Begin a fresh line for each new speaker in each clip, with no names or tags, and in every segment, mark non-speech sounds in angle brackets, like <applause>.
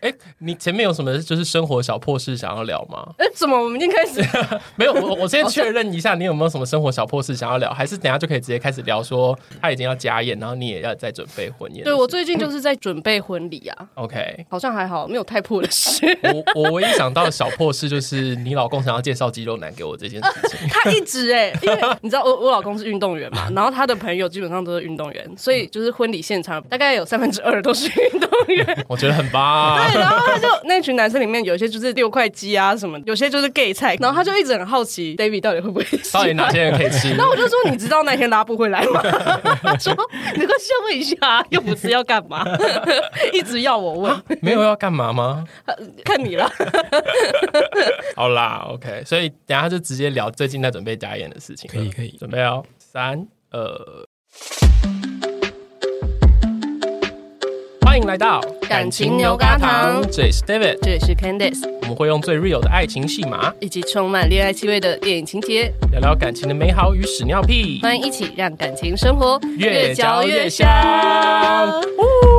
哎，你前面有什么就是生活小破事想要聊吗？
哎，怎么我们已经开始？ <laughs>
没有，我我
哦
先确认一下，你有没有什么生活小破事想要聊？还是等一下就可以直接开始聊说他已经要家宴，然后你也要在准备婚宴？
对我最近就是在准备婚礼啊，
OK。
好像还好，没有太破的事。 <laughs>
我我唯一想到的小破事就是你老公想要介绍肌肉男给我这件事情。
他一直哎、因为你知道我我老公是运动员嘛，然后他的朋友基本上都是运动员，所以就是婚礼现场大概有三分之二都是运动员。 <laughs>
我觉得很棒。
对，然后他就那群男生里面有一些就是六块肌啊什么，有些就是 gay 菜，然后他就一直很好 <laughs> 奇 David 到底会不会喜
到
欢
底哪些人可以吃？
<laughs> 然后我就说：“你知道那天拉布会来吗？” <laughs> 他说：“你快先问一下，又不是要干嘛， <laughs> 一直要我问，
没有要干嘛吗？
看你了。
好啦，OK，所以等一下就直接聊最近在准备家宴的事情。
可以可以
准备哦，三二。欢迎来到
感情牛轧糖
这里是 David，”
这里是 Candice，
我们会用最 real 的爱情戏码
以及充满恋爱气味的电影情节，
聊聊感情的美好与屎尿屁，
欢迎一起让感情生活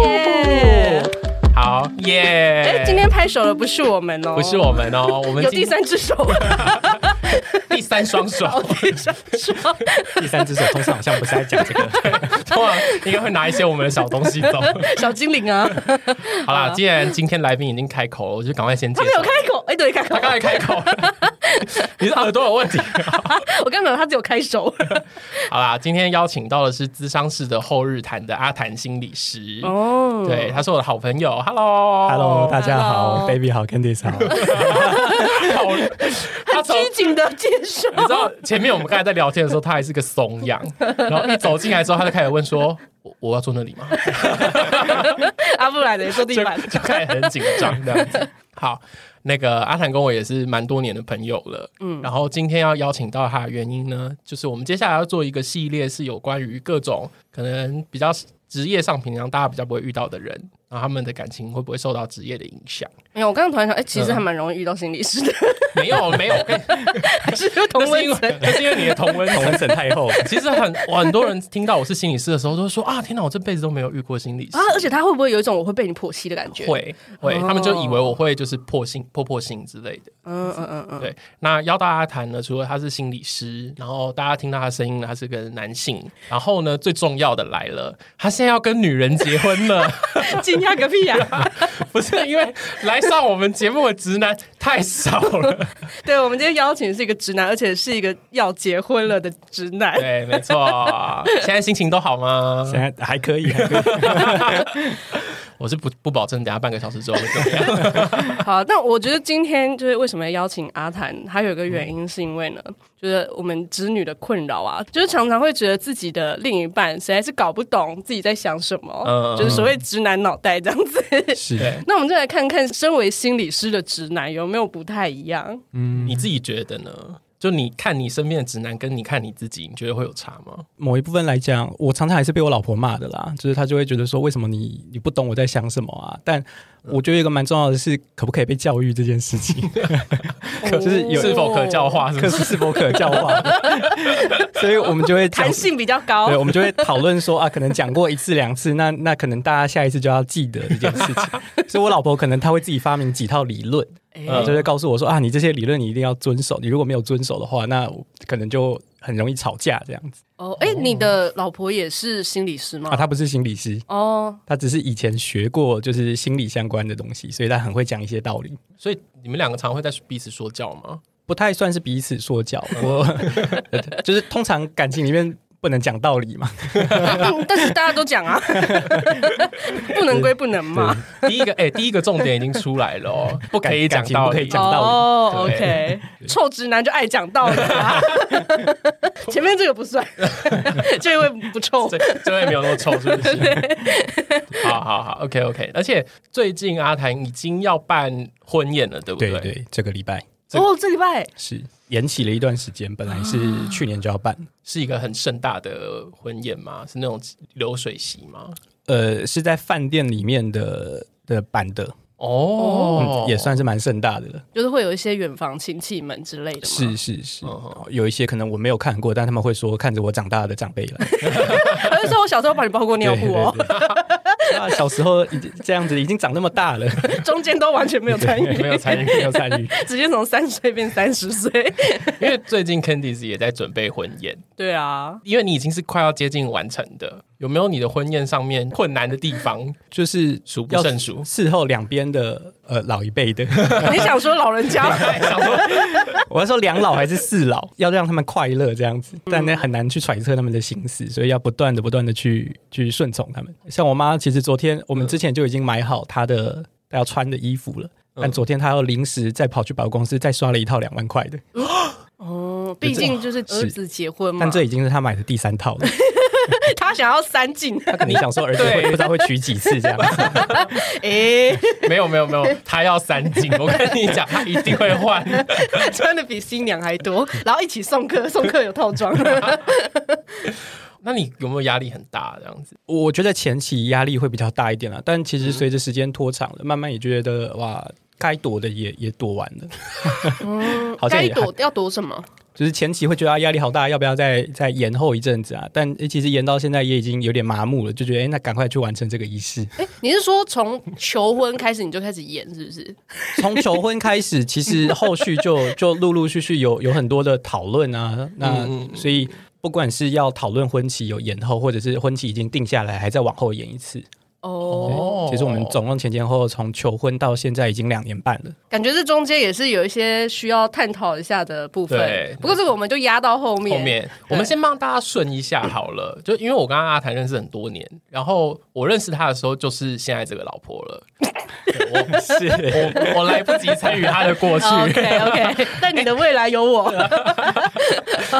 耶！
好耶！
哎，今天拍手的不是我们哦，
不是我们哦，我们
有
今
第三哦只手，
<laughs> 第三双
<laughs>
手， <laughs>
第三只手，
第三只手通常好像不是在讲这个，
通常啊应该会拿一些我们的小东西
<laughs>
走。
小精
<laughs>
灵啊，
好啦，既然今天来宾已经开口了，我就赶快先介
他没有
绍
开。口，哎，对，开口
他，刚才开口了，你是耳朵有问题。
我刚刚他只有
<laughs>
开手。
好啦，今天邀请到的是资商室的后日谈的阿谭心理师，
哦
对，他是我的好朋友。Hello，Hello，
Hello，大家好
Hello
，Baby 好，Candice 好，
好，他从。
拘谨的介
<laughs>
绍。
你知道前面我们刚才在聊天的时候，他还是个怂样，然后一走进来之后，他就开始问说：“我我要坐那里吗？”
阿布来的坐地板
就，就开始很紧张这样子。 <laughs> 好，那个阿谭跟我也是蛮多年的朋友了，嗯，然后今天要邀请到他的原因呢，就是我们接下来要做一个系列，是有关于各种可能比较职业上平常大家比较不会遇到的人，然后他们的感情会不会受到职业的影响？
没有，我刚刚突然想，哎、其
嗯
实还蛮容易遇到心理师的，
没有，没有，跟
还是有同
那是
温
因为
层。
那是因为你的同温层
同。文沈太后，
其实很我很多人听到我是心理师的时候，都会说啊，天哪，我这辈子都没有遇过心理师
啊。，而且他会不会有一种我会被你剖析的感觉？，
会会，他们就以为我会就是破性破破性之类的。
嗯嗯嗯嗯，
对，那邀大家谈呢，除了他是心理师，然后大家听到他声音呢，他是个男性，然后呢，最重要的来了，他现在要跟女人结婚了，
惊讶个屁呀、啊！
不是因为来上我们节目的直男太少了，
<laughs> 对，我们今天邀请的是一个直男，而且是一个要结婚了的直男。
对，没错，现在心情都好吗？
现在还可以，还可以，
我是不不保证，等下半个小时之后会怎么样。
好，但我觉得今天就是为什么要邀请阿谭，还有一个原因是因为呢，就是我们直女的困扰啊，就是常常会觉得自己的另一半实在是搞不懂自己在想什么，
嗯
就是所谓直男脑袋这样子。 <laughs>
是，
对，
那我们就来看看，身为心理师的直男有没有不太一样？
嗯，
你自己觉得呢？就你看你身边的直男，跟你看你自己，你觉得会有差吗？
某一部分来讲，我常常还是被我老婆骂的啦，就是她就会觉得说，为什么你你不懂我在想什么啊？但我觉得有一个蛮重要的是，可不可以被教育这件事情，就是有
是否可教化？是不
可
是？
是是否可教化？所以我们就会讲
弹性比较高
对，。我们就会讨论说啊，可能讲过一次两次，那那可能大家下一次就要记得这件事情。所以我老婆可能她会自己发明几套理论，
嗯
呃，就会告诉我说啊，你这些理论你一定要遵守，你如果没有遵守的话，那我可能就很容易吵架这样子。
哦，哎，你的老婆也是心理师
啊，
吗？
她不是心理师，
哦， <laughs>
她只是以前学过就是心理相关的东西，所以她很会讲一些道理。
所以你们两个常会在彼此说教吗？
不太算是彼此说教，我 <laughs> 就是通常感情里面不能讲道理嘛，
嗯但是大家都讲啊， <laughs> 不能归不能嘛。
第一个，哎、第一个重点已经出来了
<laughs>
哦，不可以讲
感情
道
不可以
理，
讲道理
哦
对
，OK，臭直男就爱讲道理
<laughs>
啊。前面这个不算， <laughs> 这位不臭。
这这位没有那么臭，是不
<laughs>
是？好好好，OK OK。而且最近阿谭已经要办婚宴了，对不
对
对？
对，这个礼拜
哦，这礼拜
是延期了一段时间，本来是去年就要办。
是一个很盛大的婚宴吗？是那种流水席吗？
呃，是在饭店里面的的版的，
哦
嗯，，也。算是蛮盛大的了。
就是会有一些远房亲戚们之类的嘛。
是是
嗯
是
哦，
有一些可能我没有看过，但他们会说看着我长大的长辈来，
哎而且说我小时候把你包过尿布哦，
对对对啊，小时候已经这样子，已经长那么大了，
中间都完全没有参与，
没有参与，
<laughs> 没有参与。
直接从三岁变三十岁。
因为最近 Candice 也在准备婚宴，
对啊，
因为你已经是快要接近完成的，有没有你的婚宴上面困难的地方？
就是
数不
要
胜数
事后两边的呃老一辈的，
你想说老人
<laughs>
家
想说
我要说两老还是四老， <laughs> 要让他们快乐这样子，但那很难去揣测他们的心思，所以要不断的不断的去去顺从他们。像我妈，其实昨天我们之前就已经买好她的她要穿的衣服了，但昨天她要临时再跑去百货公司再刷了一套两万块的，
哦，毕竟就是儿子结婚嘛，
但这已经是她买的第三套了。
他想要三
<laughs>
进，
她可能想说儿子会
对
不知道会娶几次这样子，
哎、
没有没有没有，他要三
<laughs>
金，我跟你讲，他一定会换。
穿的比新娘还多，然后一起送客，送客有套装。
那你有没有压力很大？这样子，
我觉得前期压力会比较大一点了，但其实随着时间拖长了，慢慢也觉得哇。该躲的也也躲完了，好像
该
也还
躲要躲什么？
就是前期会觉得啊压力好大，要不要再再延后一阵子啊？但诶其实延到现在也已经有点麻木了，就觉得哎、诶那赶快去完成这个仪式。
哎、你是说从求婚开始你就开始演，是不是？
从求婚开始，其实后续就 <laughs> 就陆陆续续有有很多的讨论啊。那所以不管是要讨论婚期有延后，或者是婚期已经定下来，还在往后延一次。
哦、
哦
其实我们总共前前后后从求婚到现在已经两年半了。
感觉这中间也是有一些需要探讨一下的部
对
分。不过这个我们就压到后面。
后面，我们先帮大家顺一下好了。就因为我跟阿谭认识很多年，然后我认识他的时候就是现在这个老婆了，我
是
我我来不及参与他的过去。
哦 OK OK，但你的未来有我。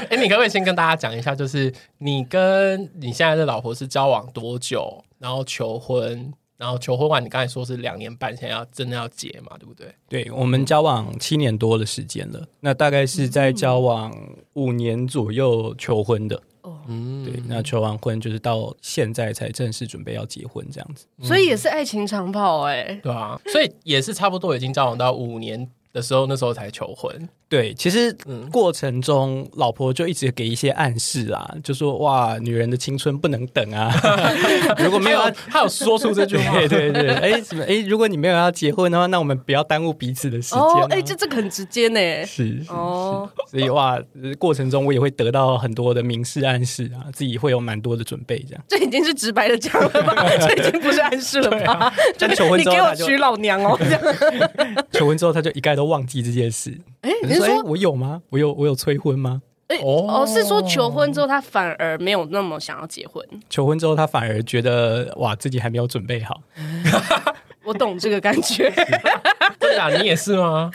哎、你可不可以先跟大家讲一下，就是你跟你现在的老婆是交往多久，然后求婚，然后求婚完你刚才说是两年半，现在要真的要结嘛，对不对？
对我们交往七年多的时间了，那大概是在交往五年左右求婚的。
嗯，
对，那求完婚就是到现在才正式准备要结婚这样子。
<laughs> 所以也是爱情长跑哎、
对啊，所以也是差不多已经交往到五年的时候，那时候才求婚。
对，其实
嗯
过程中，老婆就一直给一些暗示啊，就说哇，女人的青春不能
<laughs>
等啊，如果没
他
有要
有，他有说出这句话，
<laughs> 对对对，哎什么哎，如果你没有要结婚的话，那我们不要耽误彼此的时间、啊。
哦，哎、这这个很直接呢、
是是
哦，
所以哇，呃过程中我也会得到很多的明示暗示啊，自己会有蛮多的准备
<laughs>
这样。
这已经是直白的讲了吧？这已经不是暗示了吧？ <laughs> 就
但求婚
你
之后
给我
他就
娶老娘哦，这样。
求婚之后，他就一概都忘记这件事。
哎、
我
你
就是哎
说，
我有吗？我有我有催婚吗？
哎、
哦
哦，是说求婚之后他反而没有那么想要结婚？
求婚之后，他反而觉得哇，自己还没有准备好。
我懂这个感觉，
对啊，你也是吗？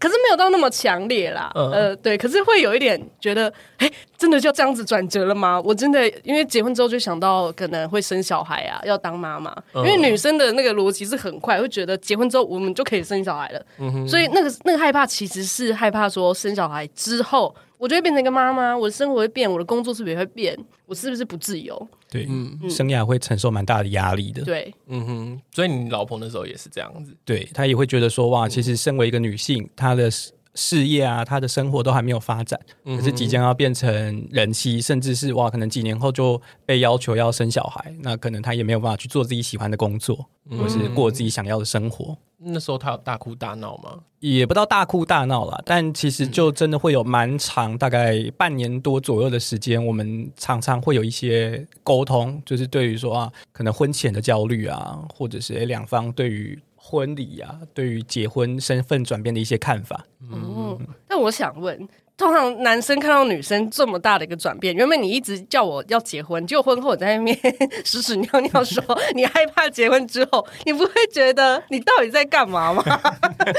可是没有到那么强烈啦。
嗯
呃，对，可是会有一点觉得，哎、真的就这样子转折了吗？我真的因为结婚之后就想到可能会生小孩啊，要当妈妈，因
嗯
为女生的那个逻辑是很快，会觉得结婚之后我们就可以生小孩了，
嗯
所以那个那个害怕其实是害怕说生小孩之后。我就会变成一个妈妈，我的生活会变，我的工作是不是也会变？我是不是不自由？
对，
嗯
生涯会承受蛮大的压力的。
对，
嗯哼，所以你老婆那时候也是这样子。
对，她也会觉得说哇，其实身为一个女性，她的事事业啊，她的生活都还没有发展，可是即将要变成人妻，甚至是哇，可能几年后就被要求要生小孩，那可能她也没有办法去做自己喜欢的工作，或是过自己想要的生活。
那时候她有大哭大闹吗？
也不到大哭大闹啦，但其实就真的会有蛮长，大概半年多左右的时间，我们常常会有一些沟通，就是对于说啊，可能婚前的焦虑啊，或者是诶两方对于婚礼啊，对于结婚身份转变的一些看法。
哦，
嗯
但我想问，通常男生看到女生这么大的一个转变，原本你一直叫我要结婚，结果婚后我在那边屎屎尿尿说你害怕结婚之后，你不会觉得你到底在干嘛吗？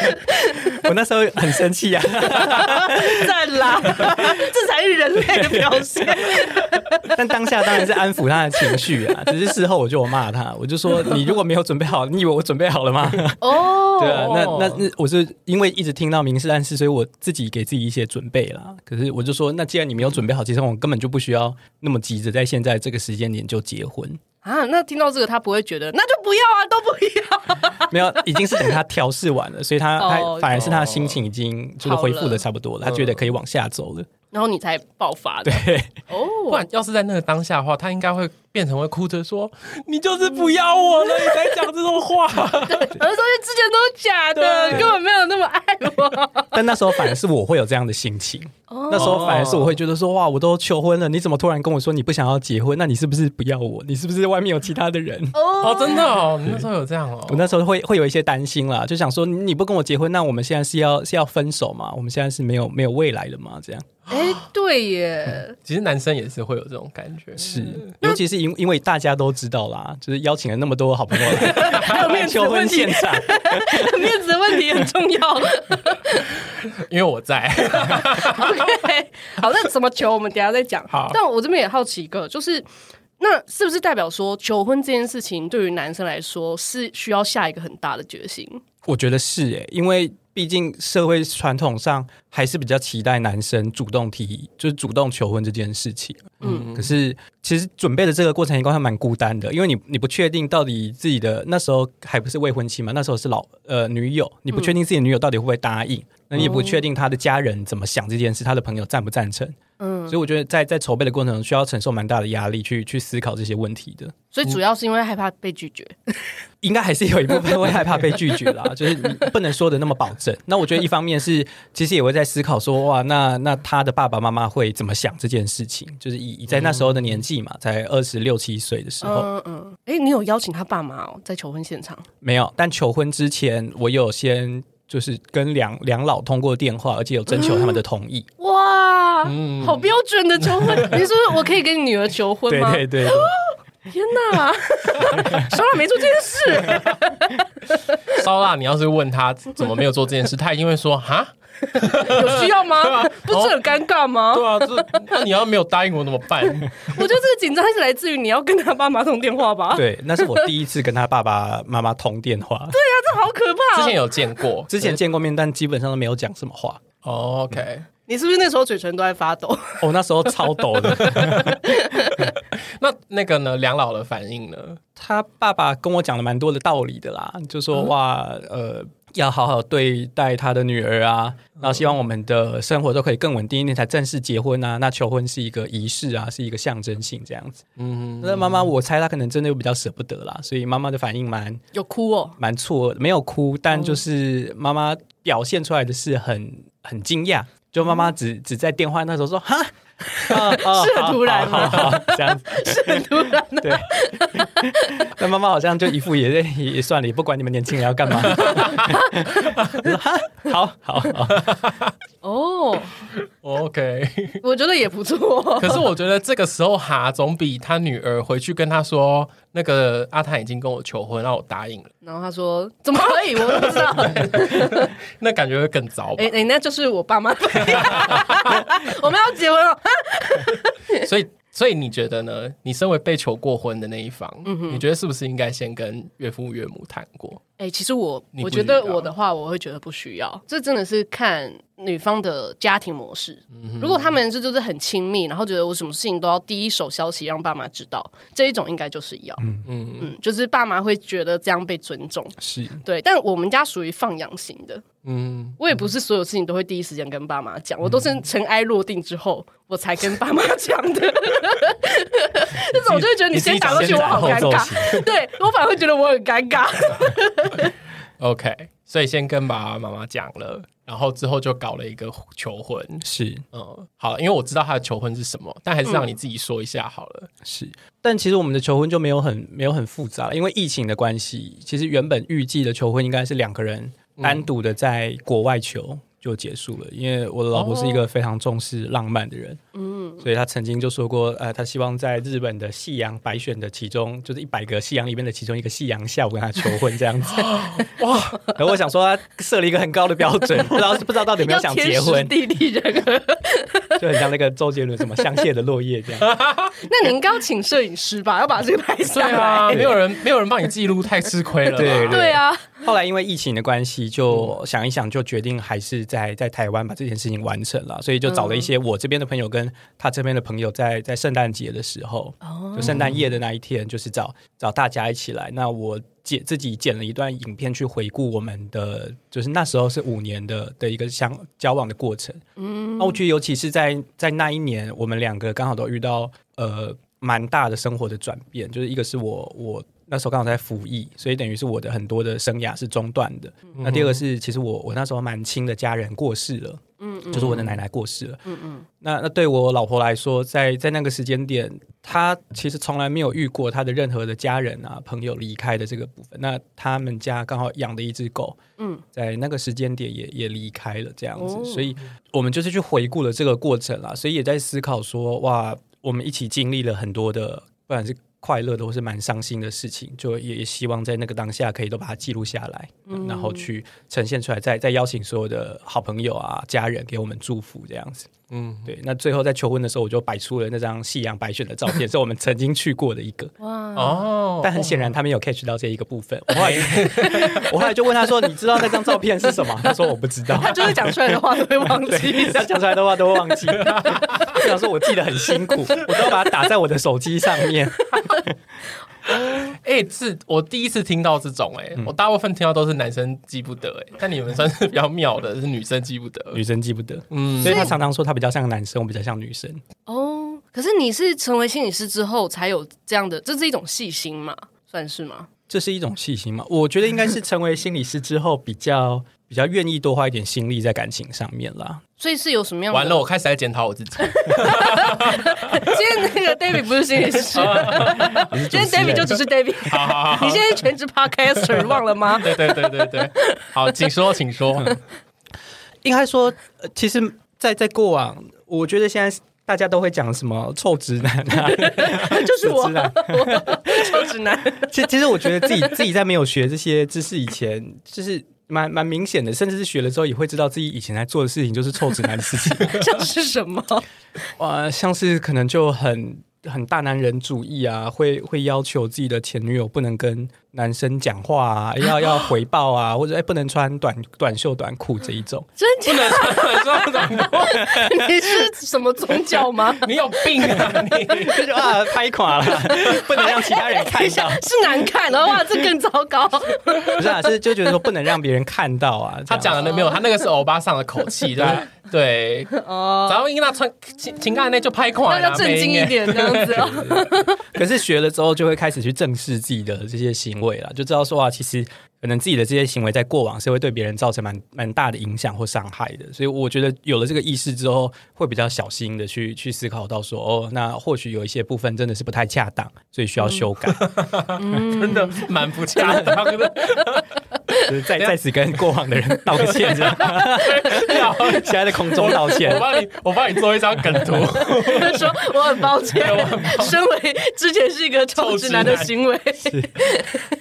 <laughs>
我那时候很生气啊， <laughs>
赞啦，这才是人类的表现。
但当下当然是安抚他的情绪啊，只是事后我就有骂他，我就说你如果没有准备好，你以为我准备好了吗？
<laughs> 哦，
对啊，那那那我是因为一直听到明示暗示，所以我自己给自己一些准备啦。可是我就说，那既然你没有准备好，其实我根本就不需要那么急着在现在这个时间点就结婚。
啊，那听到这个他不会觉得那就不要啊，都不要。
没有，已经是等他调试完了，所以他、
哦嗯
他反而是他的心情已经就是恢复的差不多了，他觉得可以往下走了。
然后你才爆发的
对，
哦。
不然要是在那个当下的话，他应该会变成会哭着说：“你就是不要我了，你才讲这种话。
我就说这之前都是假的，
对
根本没有那么爱我。
但那时候反而是我会有这样的心情，
哦
那时候反而是我会觉得说，哇，我都求婚了，你怎么突然跟我说你不想要结婚？那你是不是不要我？你是不是外面有其他的人？”
哦，
哦
真的哦，你那时候有这样哦
我。那时候会会有一些担心啦，就想说你你不跟我结婚，那我们现在是要是要分手嘛？我们现在是没有没有未来了嘛？这样
<laughs> 哎、对耶，
其实男生也是会有这种感觉，
嗯
是，尤其是因因为大家都知道啦，就是邀请了那么多好朋
<laughs>
友来
面子
求
问
婚
题
现场，
<laughs> 面子问题很重要。
因为我在。
<laughs> OK，好，那怎么求我们等一下再讲。
好
但我这边也好奇一个，就是那是不是代表说求婚这件事情对于男生来说是需要下一个很大的决心？
我觉得是诶、因为毕竟社会传统上还是比较期待男生主动提，就是主动求婚这件事情。
嗯
可是其实准备的这个过程应该还蛮孤单的，因为你你不确定到底自己的那时候还不是未婚妻嘛，那时候是老呃女友，你不确定自己的女友到底会不会答应，那你也不确定她的家人怎么想这件事，她的朋友赞不赞成。
嗯，
所以我觉得在在筹备的过程中需要承受蛮大的压力去去思考这些问题的。
所以主要是因为害怕被拒绝。
应该还是有一部分会害怕被拒绝
<laughs>
啦，就是你不能说的那么保证。那我觉得一方面是，其实也会在思考说，哇，那那他的爸爸妈妈会怎么想这件事情？就是以以在那时候的年纪嘛，才二十六七岁的时候，
嗯嗯，哎、你有邀请他爸妈哦，在求婚现场。
没有。但求婚之前，我有先就是跟两两老通过电话，而且有征求他们的同意。
哇，
嗯
好标准的求婚！你说我可以跟你女儿求婚
对
吗？
对对对
天哪，小老没做这件事，
烧腊，你要是问他怎么没有做这件事，他一定会说：“哈，
有需要吗？不是很尴尬吗？
哦
对啊，这那你要没有答应我怎么办？”
我觉得这个紧张是来自于你要跟他爸妈通电话吧？，
对，那是我第一次跟他爸爸妈妈通电话。对，
这好可怕
之
哦、
前有见过，
之前见过面，但基本上都没有讲什么话。
哦 OK，
你是不是那时候嘴唇都在发抖？
我、哦那时候超抖的。
那那个呢？梁老的反应呢？
他爸爸跟我讲了蛮多的道理的啦，就说哇，呃，要好好对待他的女儿啊，然后希望我们的生活都可以更稳定一点，才正式结婚啊。那求婚是一个仪式啊，是一个象征性这样子。
嗯，
那妈妈，我猜她可能真的又比较舍不得啦，所以妈妈的反应蛮
<laughs> 有哭哦，
蛮错愕，没有哭，但就是妈妈表现出来的是很很惊讶。就妈妈只只在电话那时候说哈，啊 <laughs> 啊
是很突然
好
吗
好好哦这 <laughs> 样子，
是很突然的。
<laughs> 对，那妈妈好像就一副也也也算了，也不管你们年轻人要干 <laughs> 嘛。我说哈好好好，
哦， <laughs>
OK，
我觉得也不错。
可是我觉得这个时候哈，总比他女儿回去跟他说那个阿坦已经跟我求婚，让我答应了，
<laughs> 然后他说：“怎么可以？我都不知道、 <laughs> 哎
那感觉会更糟吧
哎、。那就是我爸 <laughs> 妈。我们要结婚哦了，
所以，所以你觉得呢？你身为被求过婚的那一方，
嗯
你觉得是不是应该先跟岳父岳母谈过？
哎、其实我
你不
我觉得
需要
我的话，我会觉得不需要。这真的是看女方的家庭模式。如果他们是就是很亲密，然后觉得我什么事情都要第一手消息让爸妈知道，这一种应该就是要。嗯嗯就是爸妈会觉得这样被尊重。
是
对，但我们家属于放养型的，
嗯，
我也不是所有事情都会第一时间跟爸妈讲，我都是尘埃落定之后我才跟爸妈讲的。 <laughs> 这种我就会觉得你先打过去，我好尴尬。对我反而会觉得我很尴尬。
OK，所以先跟爸爸妈妈讲了，然后之后就搞了一个求婚。
是
嗯，好，因为我知道他的求婚是什么，但还是让你自己说一下好了。
是，但其实我们的求婚就没有很没有很复杂了，因为疫情的关系，其实原本预计的求婚应该是两个人单独的在国外求。就结束了，因为我的老婆是一个非常重视浪漫的人，嗯，所以她曾经就说过，呃，她希望在日本的夕阳百选的其中，就是一百个夕阳里面的其中一个夕阳下，我跟她求婚这样子。 <laughs>
哇，
然后我想说，他设了一个很高的标准，不知道不知道到底有没有想结婚，
地利人和。
就很像那个周杰伦什么香榭的落叶这样。
那你应该要请摄影师吧，要把这个拍
对
下来。
<laughs> 啊，没有人没有人帮你记录，太吃亏了吧。
对
对啊，
后来因为疫情的关系，就想一想，就决定还是在在台湾把这件事情完成了，所以就找了一些我这边的朋友跟他这边的朋友在，在圣诞节的时候，就圣诞夜的那一天，就是找找大家一起来。那我剪自己剪了一段影片去回顾我们的，就是那时候是五年的的一个相交往的过程。嗯，那我觉得尤其是在在那一年，我们两个刚好都遇到呃蛮大的生活的转变，就是一个是我我那时候刚好在服役，所以等于是我的很多的生涯是中断的。那第二个是，其实我我那时候蛮亲的家人过世了，嗯嗯，就是我的奶奶过世了，嗯嗯。那那对我老婆来说，在在那个时间点，她其实从来没有遇过她的任何的家人啊朋友离开的这个部分。那他们家刚好养的一只狗，嗯，在那个时间点也也离开了这样子，
哦
所以我们就是去回顾了这个过程啦，所以也在思考说，哇，我们一起经历了很多的，不管是快乐的或是蛮伤心的事情，就也也希望在那个当下可以都把它记录下来，然后去呈现出来，再再邀请所有的好朋友啊、家人给我们祝福这样子。
嗯，
对，那最后在求婚的时候，我就摆出了那张夕阳白雪的照片，是我们曾经去过的一个。
哦，
但很显然他没有 catch 到这一个部分。我后来我后来就问他说：“你知道那张照片是什么？”他说：“我不知道。”
他就是讲出来的话都会忘 <laughs> 记。
这样讲出来的话都会忘记。我想说，我记得很辛苦，我都要把它打在我的手机上面。
哎、是我第一次听到这种、哎、我大部分听到都是男生记不得、哎，但你们算是比较妙的，是女生记不得。
女生记不得，
嗯
所以他常常说他比较像男生，我比较像女生。
哦，可是你是成为心理师之后才有这样的，这是一种细心嘛，算是吗？
这是一种细心嘛？我觉得应该是成为心理师之后，比较比较愿意多花一点心力在感情上面啦。
所以是有什么样的？
完了，我开始在检讨我自己。
今天那个 David 不是心理师，今天 David 就只是 David。
好好好好，
<laughs> 你现在全职 <laughs> podcaster 忘了吗？
<laughs> 对对对对对，好，请说，请说。 <laughs>
应该说，呃其实在，在过往，我觉得现在大家都会讲什么臭直男啊，
<laughs> 就是我
死直男，
超直男。 <laughs>
其其实我觉得自己自己在没有学这些知识以前，就是蛮蛮明显的，甚至是学了之后也会知道自己以前在做的事情就是臭直男的
<laughs>
事情，
像是什么？
哇，像是可能就很很大男人主义啊，会会要求自己的前女友不能跟男生讲话啊，要要回报啊，或者哎、不能穿短短袖短裤这一种，
真假？
说
<laughs> 你是什么宗教吗？
你有病啊你！
就是啊拍垮 <laughs> 了，不啊能让其他人
等
看
一
到
下，， <laughs> 是啊难看的哇，这更糟糕。
不是啊，是就觉得说不能让别人看到啊，
他讲的那没有，他那个是欧巴桑的口气，对吧对。
<laughs> 哦，
然后因为他穿情情感内就拍垮
那
了，
要正经一
妹耶。
点这样子 <laughs> 哦。
可是学了之后，就会开始去正视自己的这些行为了，就知道说啊，其实可能自己的这些行为在过往是会对别人造成蛮蛮大的影响或伤害的。所以我觉得有了这个意识之后，会比较小心的去去思考到说，哦，那或许有一些部分真的是不太恰当，所以需要嗯修 <laughs> 改。
真的蛮不恰当 <laughs> 的，
就是在在此跟过往的人道个歉， <laughs> 这样现在在空中道
我
歉。
帮你，我帮你做一张梗图。
说 <laughs> 我很抱歉，身为之前是一个臭直男的行为，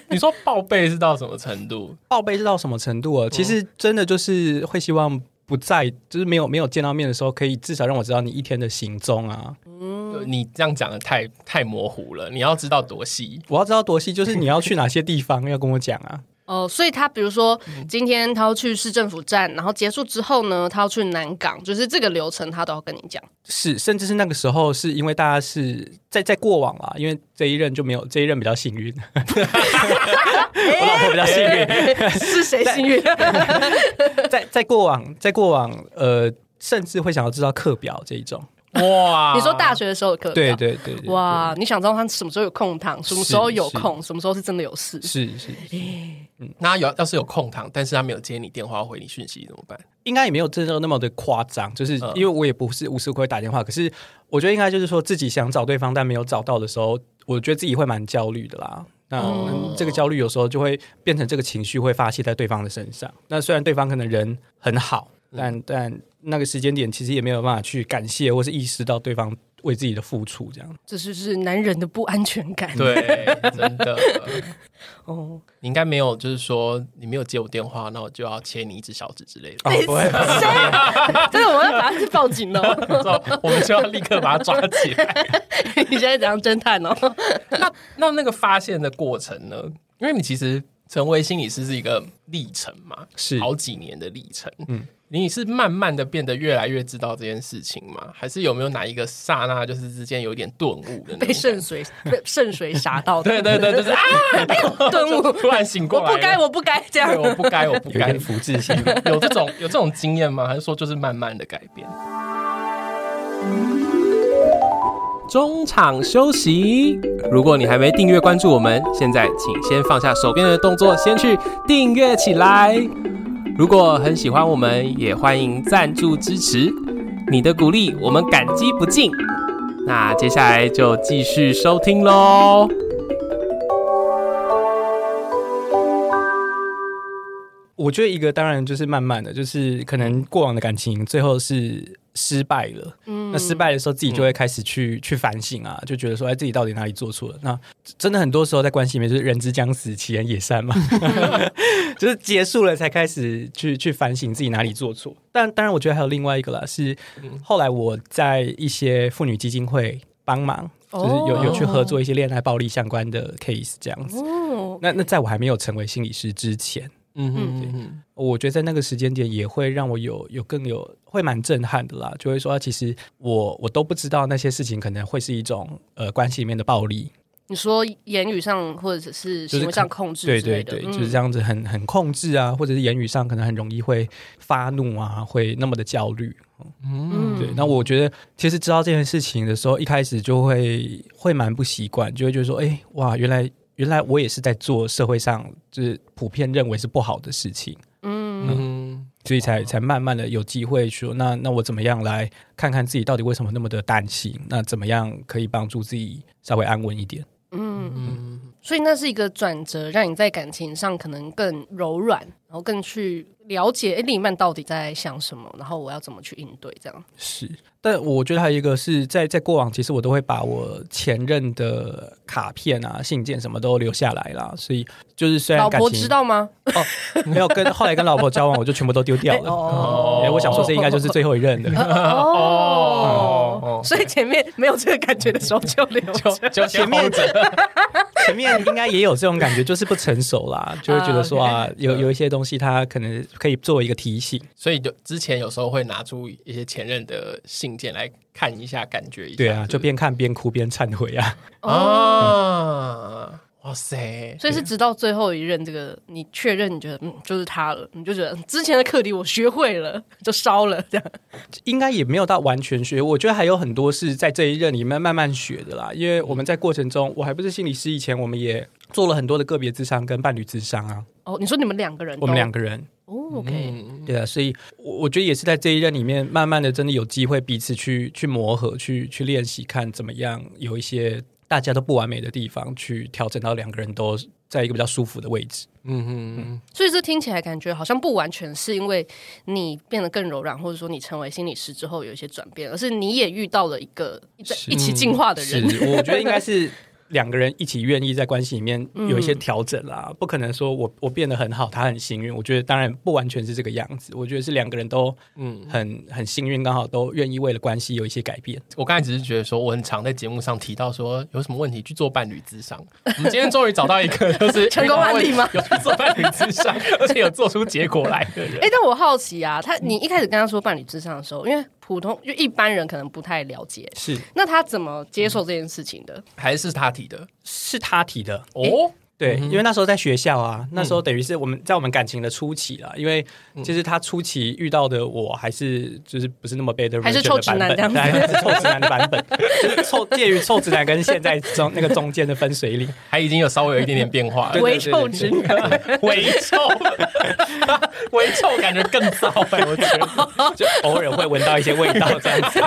你说报备是到什么程度？
报备是到什么程度啊？其
哦
实真的就是会希望。不在，就是没有没有见到面的时候，可以至少让我知道你一天的行踪啊，
嗯
你这样讲的太太模糊了，你要知道多细。
我要知道多细，就是你要去哪些地方， <laughs> 要跟我讲啊。
<laughs> 哦，所以他比如说今天他要去市政府站，然后结束之后呢，他要去南港，就是这个流程他都要跟你 <laughs> 讲。
是，甚至是那个时候，是因为大家是在在过往啦，因为这一任就没有，这一任比较幸运， <laughs> 我老婆比较幸运，
是谁幸运？
在在过往，在过往，呃，甚至会想要知道课表这一种。
哇！
<laughs> 你说大学的时候的课表？
对对对对，
哇，你想知道他什么时候有空堂，什么时候有
是
空，什么时候是真的有事？
是是，是
那有要是有空堂，但是他没有接你电话、回你讯息怎么办？
应该也没有真正那么的夸张，就是
嗯
因为我也不是无时无刻会打电话，可是我觉得应该就是说自己想找对方但没有找到的时候，我觉得自己会蛮焦虑的啦。那、嗯这个焦虑有时候就会变成这个情绪会发泄在对方的身上。那虽然对方可能人很好，
嗯
但但那个时间点其实也没有办法去感谢或是意识到对方为自己的付出，这样
这就是男人的不安全感。 <laughs>
对，真的，
嗯哦，
你应该没有，就是说你没有接我电话，那我就要切你一只小指之类的。
哦
啊、不会
啊 <laughs> 真的，我要把他报警
<laughs>
哦！
<laughs> 之后我们就要立刻把他抓起
<laughs>
来。
<laughs>
你现在怎样侦探哦？
那那那个发现的过程呢？因为你其实成为心理师是一个历程嘛，
是
好几年的历程。
嗯
嗯，你是慢慢的变得越来越知道这件事情吗？还是有没有哪一个刹那就是之间有点顿悟的那种感觉？
被圣水被圣水杀到的，
对对
<laughs>
对，就是啊，
顿悟，
<laughs> 突然醒
我
过来了，
不该，我不该这样
<laughs> 对，。我不该，我不
有一
该
点，福字性。
<laughs> 有这种有这种经验吗？还是说就是慢慢的改变？中场休息。如果你还没订阅关注我们，现在请先放下手边的动作，先去订阅起来。如果很喜欢我们，也欢迎赞助支持，你的鼓励我们感激不尽。那接下来就继续收听喽。
我觉得一个当然就是慢慢的，就是可能过往的感情最后是失败了，
嗯
那失败的时候自己就会开始去、去反省啊，就觉得说哎自己到底哪里做错了？那真的很多时候在关系里面就是人之将死，其言也
<laughs>
善嘛，就是结束了才开始去去反省自己哪里做错。但当然，我觉得还有另外一个啦，是
嗯
后来我在一些妇女基金会帮忙。就是有有去合作一些恋爱暴力相关的 case 这样子，
哦，
那那在我还没有成为心理师之前，
嗯
哼
嗯嗯，
我觉得在那个时间点也会让我有有更有会蛮震撼的啦，就会说、啊其实我我都不知道那些事情可能会是一种呃关系里面的暴力，
你说言语上或者是
就是
行为上控制
对
之类
对
的，
对，
嗯
就是这样子很很控制啊，或者是言语上可能很容易会发怒啊，会那么的焦虑。
嗯
对，那我觉得其实知道这件事情的时候，一开始就会会蛮不习惯，就会觉得说，哎、哇，原来原来我也是在做社会上就是普遍认为是不好的事情。
嗯
所以才才慢慢的有机会说，那那我怎么样来看看自己到底为什么那么的担心？那怎么样可以帮助自己稍微安稳一点？
嗯，
嗯。
所以那是一个转折，让你在感情上可能更柔软，然后更去了解诶哎另一半到底在想什么，然后我要怎么去应对这样。
是，但我觉得还有一个是在在过往，其实我都会把我前任的卡片啊、信件什么都留下来啦。所以就是虽然
老
感
婆
情
知道吗？
没有跟后来跟老婆交往，我就全部都丢掉
<laughs>
了。
哦
哎我想说这应该就是最后一任的。
哦
哦，
所以前面没有这个感觉的时候就
<laughs>
留着。
就就
前面 <laughs> 前面应该也有这种感觉，就是不成熟 <laughs> 啦，就会觉得说啊，有有一些东西它可能可以作为一个提醒。
所以就之前有时候会拿出一些前任的信件来看一下，感觉一下。
对啊，
是
就
不是
边看边哭边忏悔啊。 <laughs>
啊，哇塞！
哦所以是直到最后一任，这个你确认，你觉得嗯就是他了，你就觉得嗯之前的课题我学会了，就烧了这样。
应该也没有到完全学，我觉得还有很多是在这一任里面慢慢学的啦。因为我们在过程中，我还不是心理师以前，我们也做了很多的个别智商跟伴侣智商啊。
哦，你说你们两个人都，
我们两个人，
哦，OK，
嗯，
对啊，所以我我觉得也是在这一任里面，慢慢的真的有机会彼此去去磨合，去去练习，看怎么样有一些大家都不完美的地方，去调整到两个人都在一个比较舒服的位置。
嗯
所以这听起来感觉好像不完全是因为你变得更柔软，或者说你成为心理师之后有一些转变，而是你也遇到了一个在
是
一起进化的
是
人。，
我觉得应该是两个人一起愿意在关系里面有一些调整啦，不可能说我我变得很好，他很幸运。我觉得当然不完全是这个样子，我觉得是两个人都
嗯，
很很幸运，刚好都愿意为了关系有一些改变。
我刚才只是觉得说，我很常在节目上提到说，有什么问题去做伴侣智商。我们今天终于找到一个，就是
<laughs> 成功案例吗
有去做伴侣智商，而且有做出结果来的人。
哎、但我好奇啊，
嗯
他你一开始跟他说伴侣智商的时候，因为普通就一般人可能不太了解，
是
那他怎么接
嗯
受这件事情的？
还是他提的
是他提的，
哦，
对，
嗯
因为那时候在学校
嗯
啊，那时候等于是我们在我们感情的初期啦，因为其实他初期遇到的我还是就是不是那么 better，
还是
version
臭直男
的版本
这样
对，还是臭直男的版本， <laughs> 就是臭介于臭直男跟现在中那个中间的分水岭。
还已经有稍微有一点点变化了
对。
微臭直男，
微臭，微臭感觉更糟哎、我觉得
哦
就偶尔会闻到一些味道
<laughs>
这样子。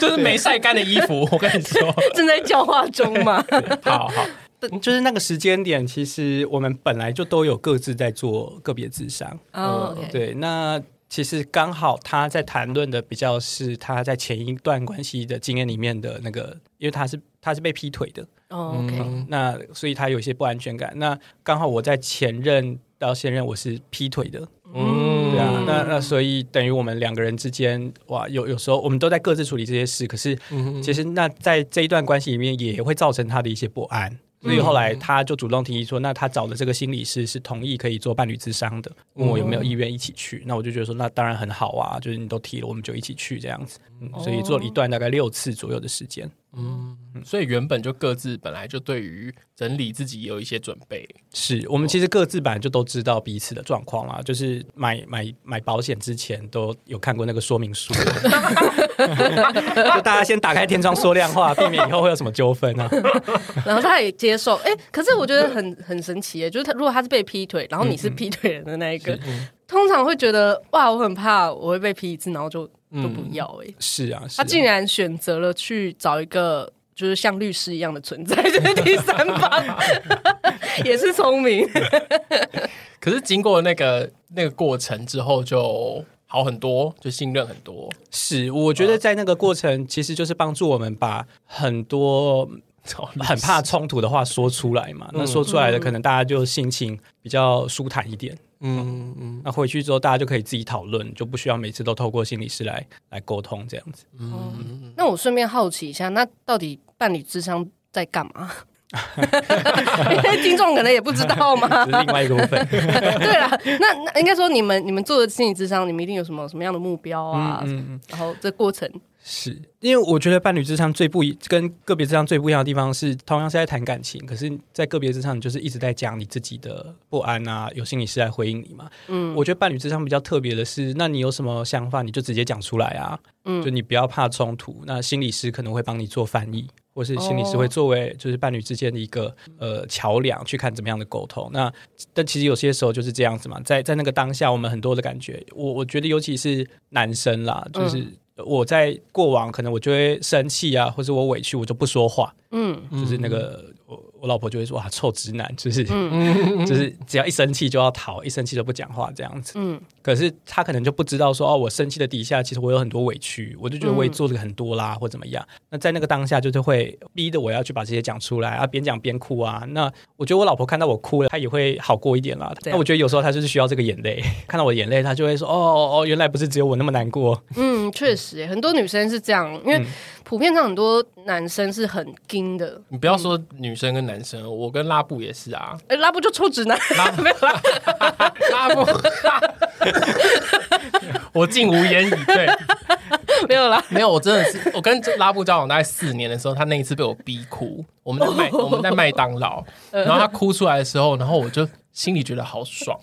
就是没晒干的衣服，我跟你说，
正在教化中嘛。
<laughs> 好好，但就是那个时间点，其实我们本来就都有各自在做个别智商。
哦、o k
呃对，那其实刚好他在谈论的比较是他在前一段关系的经验里面的那个，因为他是他是被劈腿的，
哦，OK，、
嗯
那所以他有一些不安全感。那刚好我在前任到现任我是劈腿的，
嗯，
对啊，那那所以等于我们两个人之间，哇，有有时候我们都在各自处理这些事，可是其实那在这一段关系里面也会造成他的一些不安，所以后来他就主动提议说，那他找的这个心理师是同意可以做伴侣咨商的，问我有没有意愿一起去。那我就觉得说，那当然很好啊，就是你都提了，我们就一起去这样子。嗯所以做了一段大概六次左右的时间。
啊所以原本就各自本来就对于整理自己有一些准备，
是我们其实各自本来就都知道彼此的状况啦，就是买买买保险之前都有看过那个说明书， <laughs> 就大家先打开天窗说亮话，避免以后会有什么纠纷啊。
然后他也接受，哎、可是我觉得很很神奇耶，就是他如果他是被劈腿，然后
嗯
你是劈腿人的那一个，通常会觉得哇，我很怕我会被劈一次，然后就就不要哎、
嗯是啊，是
他
啊
竟然选择了去找一个就是像律师一样的存在，就是第三
<laughs>
方，也是聪明。
可是经过那个那个过程之后就好很多，就信任很 <laughs> 多。
是，我觉得在那个过程其实就是帮助我们把很多很怕冲突的话说出来
嗯
嘛。那说出来的可能大家就心情比较舒坦一点。
嗯嗯
那回去之后大家就可以自己讨论，就不需要每次都透过心理师来来沟通这样子。
那我顺便好奇一下，那到底伴侣智商在干 <laughs> 嘛？因为听众可能也不知道嘛
这。是另外一个部分。
<laughs>
<laughs>
对了，那那应该说你们你们做的心理智商，你们一定有什么什么样的目标啊？
嗯
然后这过程，
是因为我觉得伴侣智商最不一跟个别智商最不一样的地方是，同样是在谈感情，可是在个别智商你就是一直在讲你自己的不安啊，有心理师来回应你嘛。嗯，我觉得伴侣智商比较特别的是，那你有什么想法你就直接讲出来啊，嗯，就你不要怕冲突。那心理师可能会帮你做翻译，或是心理师会作为就是伴侣之间的一个呃桥梁，去看怎么样的沟通。那但其实有些时候就是这样子嘛，在在那个当下，我们很多的感觉，我我觉得尤其是男生啦，就是我在过往可能我就会生气啊，或者我委屈，我就不说话，
嗯，
就是那个我我老婆就会说哇臭直男，就是、
嗯
就是只要一生气就要逃，一生气就不讲话这样子。
嗯
嗯，可是他可能就不知道说哦，我生气的底下其实我有很多委屈，我就觉得我也做了很多啦、或怎么样。那在那个当下就是会逼得我要去把这些讲出来啊，边讲边哭啊。那我觉得我老婆看到我哭了，她也会好过一点啦。
对啊
那我觉得有时候她就是需要这个眼泪，看到我的眼泪，她就会说哦哦哦，原来不是只有我那么难过。
<laughs> 嗯，确实耶，很多女生是这样，因为普遍上很多男生是很精的，
你不要说女生跟男生，我跟拉布也是 <laughs> 啊，
哎、拉布就抽直男， <laughs> 没有啦，
拉 <laughs> 布，我竟无言以对。
没有啦，
没有，我真的是，我跟拉布交往大概四年的时候，他那一次被我逼哭。我们在麦，我们在麦当 <laughs> 劳，然后他哭出来的时候，然后我就心里觉得好爽。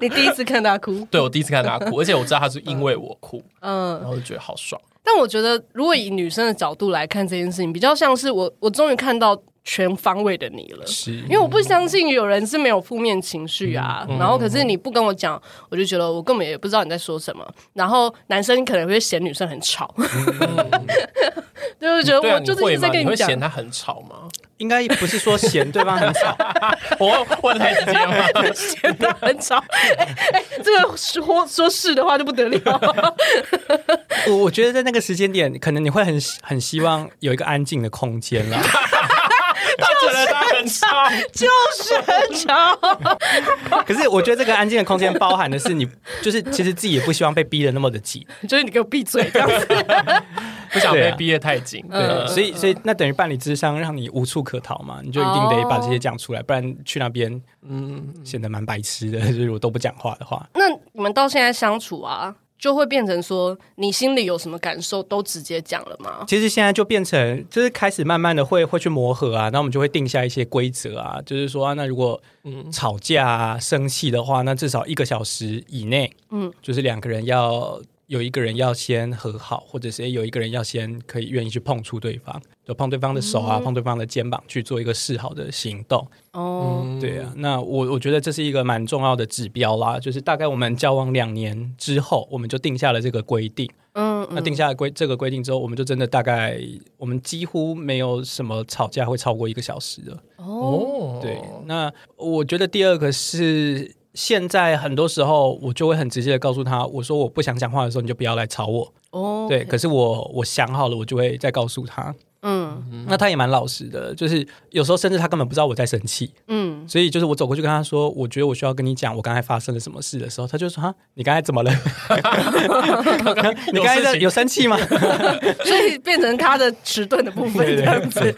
你第一次看他哭，
对我第一次看他
<laughs>
哭，而且我知道他是因为我哭，
嗯
然。后就觉得好爽。
但我觉得，如果以女生的角度来看这件事情，比较像是我我终于看到全方位的你了。
是
因为我不相信有人是没有负面情绪啊，然后可是你不跟我讲，我就觉得我根本也不知道你在说什么。然后男生可能会嫌女生很吵，嗯 <laughs> 就是觉得
对啊，
我
你
就是一
会
直
吗
在？跟
你会
讲
嫌，他很吵吗？ <laughs>
应该不是说嫌对方很
<laughs>
吵，
我我太直接了吗？
嫌他很 <laughs> 吵。哎哎，这个说说是的话就不得 <laughs> 了。
我我觉得在那个时间点，可能你会很很希望有一个安静的空
<laughs>
间啦。
他觉得他很吵，
就是很吵，
可是我觉得这个安静的空间包含的是你，就是其实自己也不希望被逼得那么的紧，
<laughs> 就是你给我闭嘴这样子。
不想
对
被
啊
逼得太紧。
对，
嗯
对，
所以所以那等于办理智商让你无处可逃嘛，你就一定得把这些讲出来，不然去那边嗯显得蛮白痴的，就是我都不讲话的话，
那你们到现在相处啊，就会变成说你心里有什么感受都直接讲了吗？
其实现在就变成，就是开始慢慢的会会去磨合啊，那我们就会定下一些规则啊，就是说、啊那如果吵架啊、生气的话，那至少一个小时以内，嗯，就是两个人要有一个人要先和好，或者是有一个人要先可以愿意去碰触对方，就碰对方的手啊、碰对方的肩膀，去做一个示好的行动。
哦，
嗯
对啊，那我我觉得这是一个蛮重要的指标啦，就是大概我们交往两年之后，我们就定下了这个规定。
嗯
那定下来规这个规定之后，我们就真的大概我们几乎没有什么吵架会超过一个小时的。
哦，
哦
对，那我觉得第二个是。现在很多时候，我就会很直接的告诉他，我说我不想讲话的时候，你就不要来吵我。
哦，
对，可是我我想好了，我就会再告诉他。
嗯嗯
那他也蛮老实的，就是有时候甚至他根本不知道我在生气，
嗯，
所以就是我走过去跟他说，我觉得我需要跟你讲我刚才发生了什么事的时候，他就说哈，你刚才怎么了？ <laughs> 你刚才在有生气
<laughs>
吗？
所以变成他的迟钝的部分
对
这样子。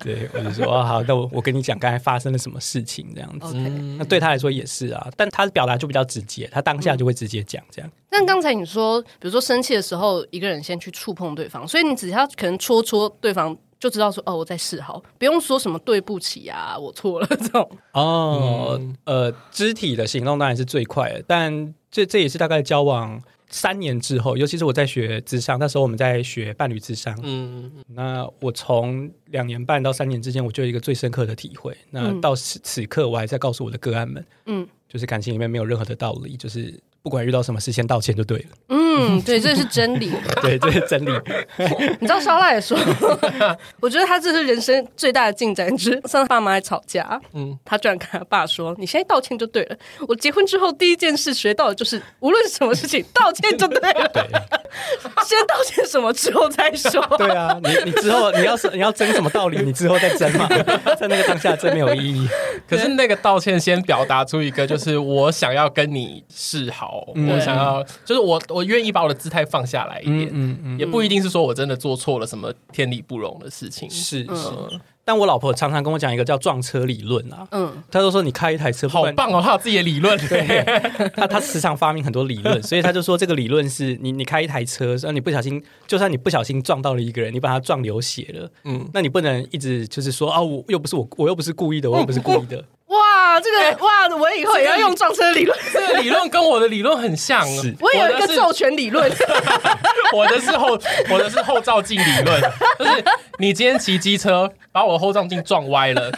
对，我就说啊好，那我我跟你讲刚才发生了什么事情这样子。
OK，
那对他来说也是啊，但他的表达就比较直接，他当下就会直接讲这样。
但刚才你说，比如说生气的时候，一个人先去触碰对方，所以你只要可能戳戳对方，就知道说哦我在示好，不用说什么对不起啊，我错了这种。
哦，呃，肢体的行动当然是最快的，但这这也是大概交往三年之后，尤其是我在学智商，那时候我们在学伴侣智商，
嗯，
那我从两年半到三年之间，我就有一个最深刻的体会。那到此此刻，我还在告诉我的个案们，
嗯
就是感情里面没有任何的道理，就是不管遇到什么事，先道歉就对了。
<laughs> 嗯，对，这是真理。
对，这是真理。
你知道烧腊也说，我觉得他这是人生最大的进展之一。上次爸妈还吵架，嗯
嗯，
他居然跟他爸说：“你现在道歉就对了。”我结婚之后第一件事学到的就是，无论什么事情，道歉就对了。先道歉什么之后再说。
对啊，你你之后你要是你要争什么道理，你之后再争嘛， <laughs> 在那个当下真没有意义。
可是那个道歉先表达出一个，就是我想要跟你示好，我想要，就是我我愿意把我的姿态放下来一
嗯
点，
嗯嗯，
也不一定是说我真的做错了什么天理不容的事情。嗯
是是。但我老婆常常跟我讲一个叫撞车理论啊，
嗯，
她都说你开一台车，不
好
管
棒哦，他有自己的理论。对，
他他时常发明很多理
<laughs>
论，所以他就说这个理论是你你开一台车，然后你不小心，就算你不小心撞到了一个人，你把他撞流血了，嗯
嗯，
那你不能一直就是说啊，我又不是我，我又不是故意的，我
哦
又不是故
<laughs>
意的，
哇，这 <laughs> 个哇，我以后也要用撞车理论。
这个理论跟我的理论很像啊
是，
<laughs> 我也有一
的
个
是
授权理论，
我的是后，我的是后照镜理论，就是你今天骑机车把我的后照镜撞歪了。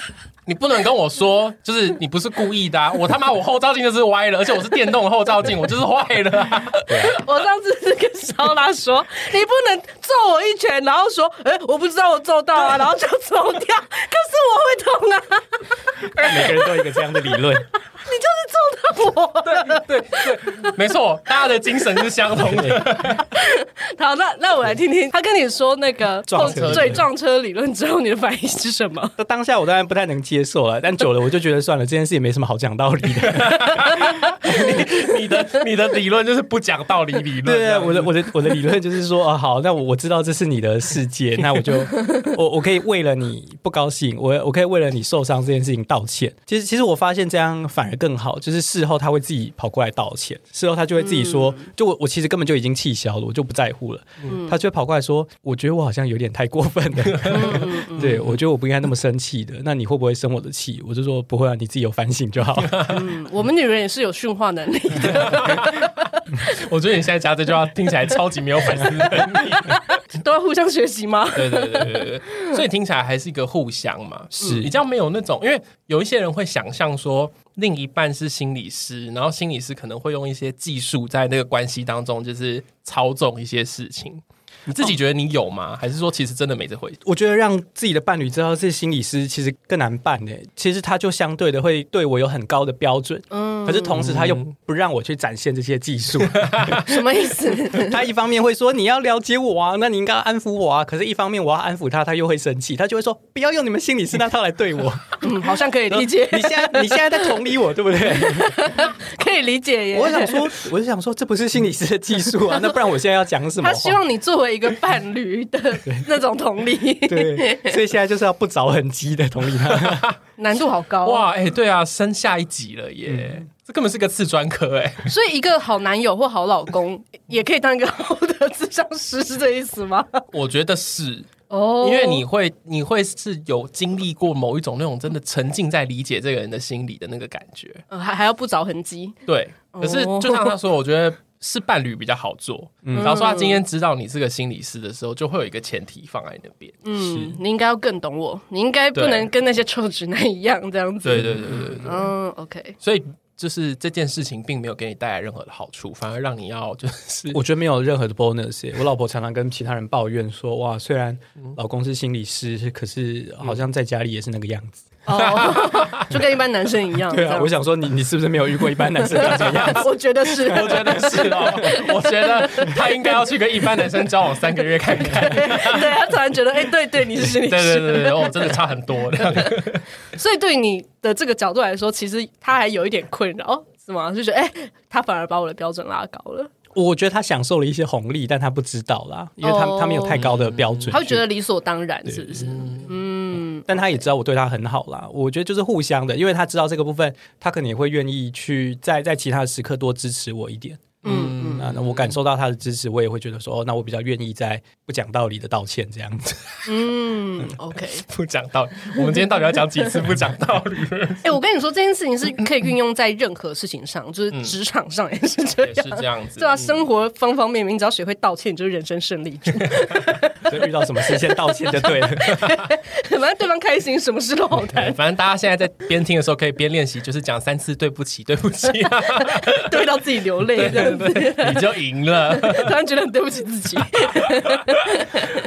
你不能跟我说，就是你不是故意的、啊，我他妈我后照镜就是歪了，而且我是电动的后照镜，我就是坏了、啊。
我上 <laughs> 次是跟烧腊说，你不能揍我一拳，然后说，哎、我不知道我揍到啊，然后就走 <laughs> 掉。可是我会痛啊，
每个人都有一个这样的理论，
你就是揍到我。
对对，没错，大家的精神是相同的。
<laughs> 好，那那我来听听他跟你说那个
撞
后
车理论
对撞车理论之后，你的反应是什么？
那当下我当然不太能接受了，但久了我就觉得算了，这件事也没什么好讲道理的。
你的你的理论就是不讲道理理论。
对啊，我的我的我的理论就是说，啊，好，那我我知道这是你的世界，那
<laughs>
我就我我可以为了你不高兴，我我可以为了你受伤这件事情道歉。其实其实我发现这样反而更好，就是事后他会自己跑过来道歉，事后他就会自己说，
嗯
就我我其实根本就已经气消了，我就不在乎了。他就会跑过来说，我觉得我好像有点太过分了，
嗯
<laughs> 对我觉得我不应该那么生气的。那你会不会生我的气？我就说不会啊，你自己有反省就好。
嗯，我们女人也是有驯化 <laughs> 能力的。
我觉得你现在加这句话听起来超级没有反思能力。
都要互相学习吗？
对对对对对，所以听起来还是一个互相嘛。嗯
是
比较没有那种，因为有一些人会想象说，另一半是心理师，然后心理师可能会用一些技术在那个关系当中，就是操纵一些事情。你自己觉得你有吗？还是说其实真的没这回事？
我觉得让自己的伴侣知道是心理师，其实更难办的。其实他就相对的会对我有很高的标准，
嗯，
可是同时他又不让我去展现这些
<laughs>
技术。
什么意思？
他一方面会说你要了解我啊，那你应该安抚我啊。可是，一方面我要安抚他，他又会生气，他就会说不要用你们心理师那套来对
<laughs>
我。
嗯，好像可以理解，
你现在你现在在同理我，对不对？
<laughs> 可以理解耶。
我想说，我就想说，这不是心理师的技术啊，那不然我现在要讲什么
他
话？
希望你作为一个伴侣的那种同理，
对，所以现在就是要不着痕迹的同理他。
难度好高、哦哇！
哇，哎、对啊，升下一级了耶！这根本是个次专科哎、
所以一个好男友或好老公也可以当一个好的智商师，是这意思吗？
我觉得是。<laughs>
哦
因为你会，你会是有经历过某一种那种真的沉浸在理解这个人的心理的那个感觉，
呃还还要不着痕迹，
对，可是
哦
就像他说，我觉得是伴侣比较好做。然后说他今天知道你是个心理师的时候，就会有一个前提放在那边。
嗯，你应该要更懂我，你应该不能
对
跟那些臭直男一样这样子。
对对对对对对，
嗯，OK，
<laughs> 所以就是这件事情并没有给你带来任何的好处，反而让你要就是
我觉得没有任何的 bonus 耶。我老婆常常跟其他人
嗯
抱怨说：“哇，虽然老公是心理师，可是好像在家里也是那个样子。
哦，就跟一般男生一样。
对
这
啊，
样
我想说你你是不是没有遇过一般男生长这样？
<laughs> 我觉
<laughs>
得 <laughs>
<laughs>
是，啊
我觉得是哦，我觉得他应该要去跟一般男生交往三个月看看。
对他突然觉得，哎、对对， <laughs> 你是心理
对
师。
对对对，哦，真的差很多。
所以对你的这个角度来说，其实他还有一点困扰，是吗？就觉得，哎、他反而把我的标准拉高了，
<laughs> 我觉得他享受了一些红利，但他不知道啦，因为他、
哦嗯
他没有太高的标准去，
他会觉得理所当然，是不是？嗯，
但他也知道我对他很好啦。我觉得就是互相的，因为他知道这个部分，他可能也会愿意去在在其他的时刻多支持我一点。
嗯
嗯，那那我感受到他的支持，我也会觉得说，哦，那我比较愿意在不讲道理的道歉这样子。
嗯，OK。
不讲道理，我们今天到底要讲几次不讲道理？
哎、我跟你说，这件事情是可以运用在任何事情上，就是职场上也是这
也是
样。
这样子，
<laughs> 对啊，生活方方面面，你只要学会道歉，你就是人生胜 <laughs> 利者。
就遇到什么事先道歉就对了。
反正对方开心，什么事都好谈
对，，反正大家现在在边听的时候可以边练习，就是讲三次对不起，对不起，啊
<laughs> 对到自己流泪这样子，
你就赢了。
突然觉得很对不起自 <laughs> 己。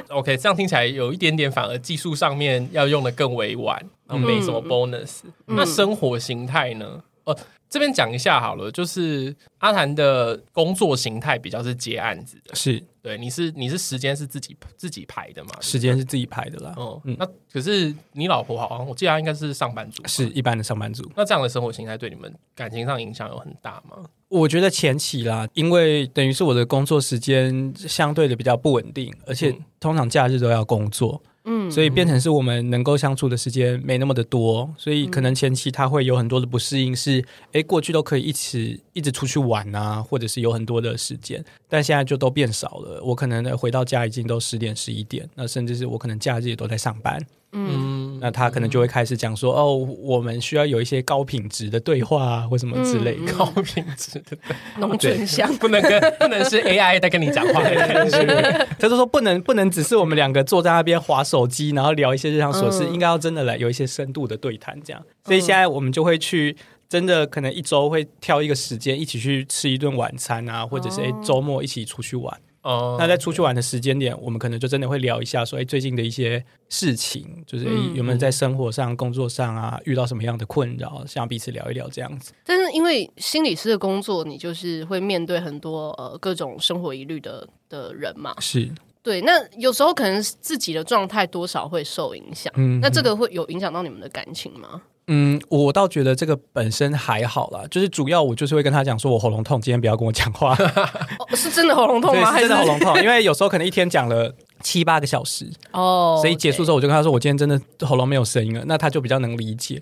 OK，这样听起来有一点点，反而技术上面要用的更委婉，然后没什么
嗯
bonus。那生活形态呢？呃，这边讲一下好了，就是阿谭的工作形态比较是接案子的，
<laughs> 是
对，你是你是时间是自己自己排的嘛？
时间是自己排的啦，
哦，
嗯
那可是你老婆好像我记得她应该是上班族，
是。一般的上班族。
那这样的生活形态对你们感情上影响有很大吗？
我觉得前期啦，因为等于是我的工作时间相对的比较不稳定，而且通常假日都要工作，
嗯，
所以变成是我们能够相处的时间没那么的多，所以可能前期他会有很多的不适应是，诶，过去都可以一起一直出去玩啊，或者是有很多的时间，但现在就都变少了。我可能回到家已经都十点十一点，那甚至是我可能假日也都在上班，
嗯，
那他可能就会开始讲说，哦，我们需要有一些高品质的对话啊，或什么之类的。
高品质的，
浓醇香。
不能跟不能是 AI 在跟你讲话的感觉。
<laughs> 他就说不能不能只是我们两个坐在那边划手机，然后聊一些日常琐事，
嗯
应该要真的来有一些深度的对谈，这样。所以现在我们就会去。真的可能一周会挑一个时间一起去吃一顿晚餐啊，或者是诶周末一起出去玩。
哦
那在出去玩的时间点，我们可能就真的会聊一下说，诶哎最近的一些事情，就是、诶哎
嗯
有没有在生活上、工作上啊遇到什么样的困扰，想彼此聊一聊这样子。
但是因为心理师的工作，你就是会面对很多呃各种生活疑虑的的人嘛。
是，
对，那有时候可能自己的状态多少会受影响。
嗯
那这个会有影响到你们的感情吗？
嗯，我倒觉得这个本身还好啦，就是主要我就是会跟他讲说，我喉咙痛，今天不要跟我讲话，
哦，是真的喉咙痛吗？
对
还
是真
是
的喉咙痛，因为有时候可能一天讲了七八个小时，
哦，
所以结束之后我就跟他说，我今天真的喉咙没有声音了，那他就比较能理解。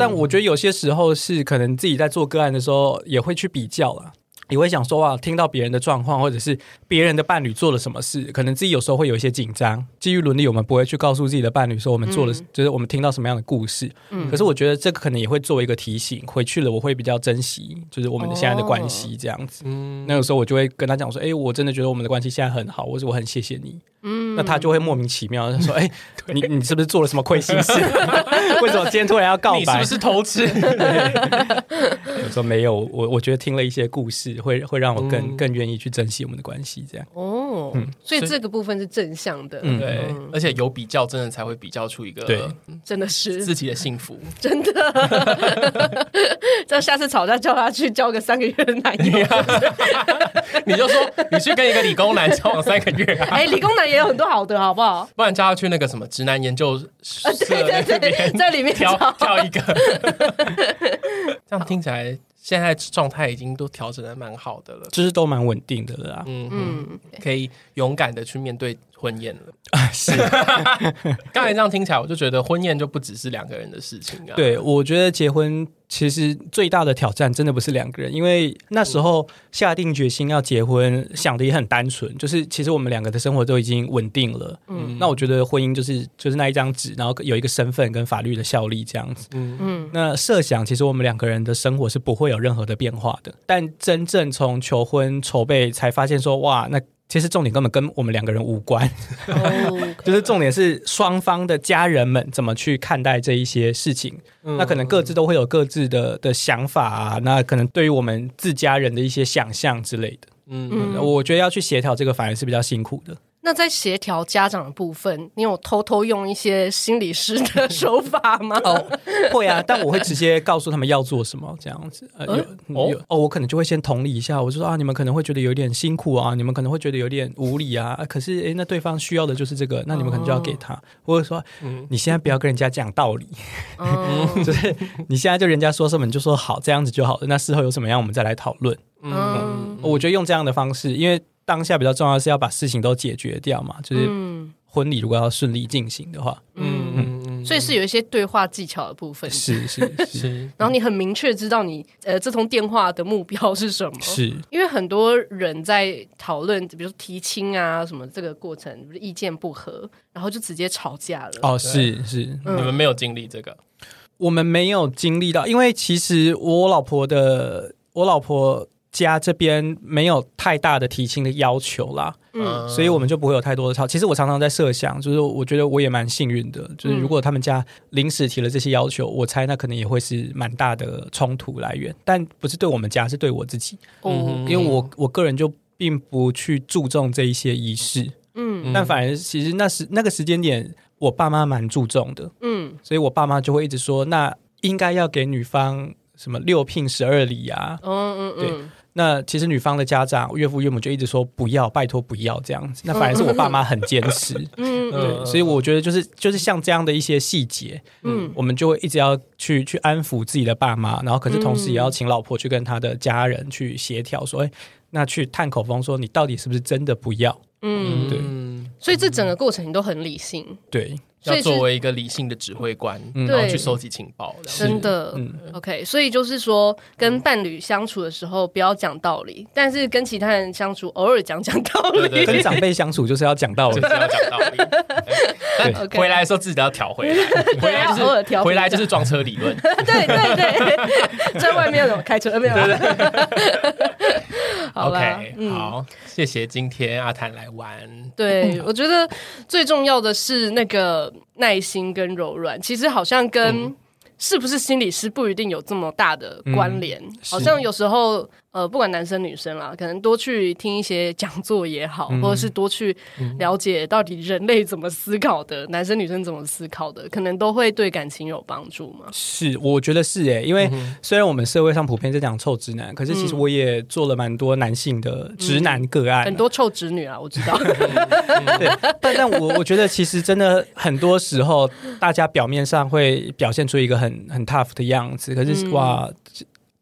但我觉得有些时候是可能自己在做个案的时候也会去比较啦。也会想说哇，听到别人的状况，或者是别人的伴侣做了什么事，可能自己有时候会有一些紧张。基于伦理，我们不会去告诉自己的伴侣说我们做了，
嗯
就是我们听到什么样的故事。
嗯
可是我觉得这个可能也会作为一个提醒，回去了我会比较珍惜，就是我们的现在的关
哦
系这样子。
嗯
那有时候我就会跟他讲说，哎、我真的觉得我们的关系现在很好，或者我很谢谢你。嗯，那他就会莫名其妙他说，哎、你你是不是做了什么亏心事？ <laughs> 为什么今天突然要告
你是
白？
不是偷吃？
我说没有，我我觉得听了一些故事，会会让我更、
嗯
更愿意去珍惜我们的关系。这样，
哦，所以这个部分是正向的，
嗯
对，而且有比较，真的才会比较出一
对
个
真的是
自己的幸福。
真的。这样下次吵架叫他去交个三个月的男友，
你就说你去跟一个理工男交往三个月啊，
哎，理工男也有很多好的，好不好？
不然叫他去那个什么直男研究社
对
那
对对，
边
在里面
挑
吵
挑一个。这样听起来，现在状态已经都调整的蛮好的了。
就是都蛮稳定的了啦。
嗯嗯，
嗯，
可以勇敢的去面对婚宴了。
<laughs> 是，
刚才这样听起来，我就觉得婚宴就不只是两个人的事情啊。
对，我觉得结婚其实最大的挑战真的不是两个人，因为那时候下定决心要结婚，想的也很单纯，就是其实我们两个的生活都已经稳定了。
嗯，
那我觉得婚姻就是就是那一张纸，然后有一个身份跟法律的效力这样子。
嗯
嗯
嗯，那设想其实我们两个人的生活是不会有任何的变化的，但真正从求婚筹备才发现说，哇，那其实重点根本跟我们两个人无关，
哦，
就是重点是双方的家人们怎么去看待这一些事情。那可能各自都会有各自的的想法啊，那可能对于我们自家人的一些想象之类的，
嗯
嗯
我觉得要去协调这个反而是比较辛苦的。
那在协调家长的部分，你有偷偷用一些心理师的 <laughs> 手法吗？
哦，会啊，但我会直接告诉他们要做什么，这样子。呃，有
哦
有哦，我可能就会先同理一下，我就说啊，你们可能会觉得有点辛苦啊，你们可能会觉得有点无理啊，啊可是诶，那对方需要的就是这个，那你们可能就要给他，或者说
嗯，
你现在不要跟人家讲道理，
嗯
<laughs> 就是你现在就人家说什么你就说好，这样子就好了，那事后有什么样我们再来讨论。
嗯
我觉得用这样的方式，因为当下比较重要的是要把事情都解决掉嘛，就是
嗯
婚礼如果要顺利进行的话，
嗯，
嗯
所以是有一些对话技巧的部分。
是是
<laughs>
是
是
然后你很明确知道你呃这通电话的目标是什么，
是，
因为很多人在讨论，比如说提亲啊什么这个过程，意见不合，然后就直接吵架了。
哦是是，
你们没有经历这个，
我们没有经历到，因为其实我老婆的我老婆家这边没有太大的提亲的要求啦，
嗯
嗯
所以我们就不会有太多的吵。其实我常常在设想，就是我觉得我也蛮幸运的，就是如果他们家临时提了这些要求，我猜那可能也会是蛮大的冲突来源，但不是对我们家，是对我自己，
嗯
哦，
哼
因为我我个人就并不去注重这一些仪式，
嗯
嗯
但反而其实那时那个时间点，我爸妈蛮注重的，
嗯
所以我爸妈就会一直说，那应该要给女方什么六聘十二礼啊。
嗯嗯嗯，
那其实女方的家长岳父岳母就一直说不要，拜托不要这样子。那反而是我爸妈很坚持，
嗯
对，所以我觉得就是就是像这样的一些细节，
嗯
我们就会一直要去去安抚自己的爸妈，然后可是同时也要请老婆去跟她的家人去协调，说，哎，那去探口风，说你到底是不是真的不要？
嗯，
对
嗯
所以这整个过程你都很理性，
对，
所
要
以
作
是
为一个理性的指挥官，
嗯
然后
对
去收集情报，这样
是
真的。
嗯，
OK，所以就是说，跟伴侣相处的时候不要讲道理，但是跟其他人相处偶尔讲讲道理。
对
跟长辈相处就是要讲
<laughs>
道
就
理
是，要讲道
<laughs>
理。但
OK
回来的时候自己都要调回来，回来
要偶尔
就
调
是
回
回
来
来就是撞车理论。
对对对，在外面怎么开车没有啦？ <laughs> <laughs> 好啦嗯
OK，好，谢谢今天阿谭来
嗯
玩。
<laughs>
对，我觉得最重要的是那个耐心跟柔软，其实好像
嗯
跟是不是心理师不一定有这么大的关联，
嗯
好像有时候呃，不管男生女生啦，可能多去听一些讲座也好，
嗯
或者是多去了解到底人类怎么思考
嗯
的，男生女生怎么思考的，可能都会对感情有帮助嘛。
是，我觉得是诶，因
嗯
为虽然我们社会上普遍在讲臭直男，可是其实我也做了蛮多男性的直男个案
很，多臭直女啊，我知道，
对，但但我我觉得其实真的很多时候，大家表面上会表现出一个很很 tough 的样子，可是、哇，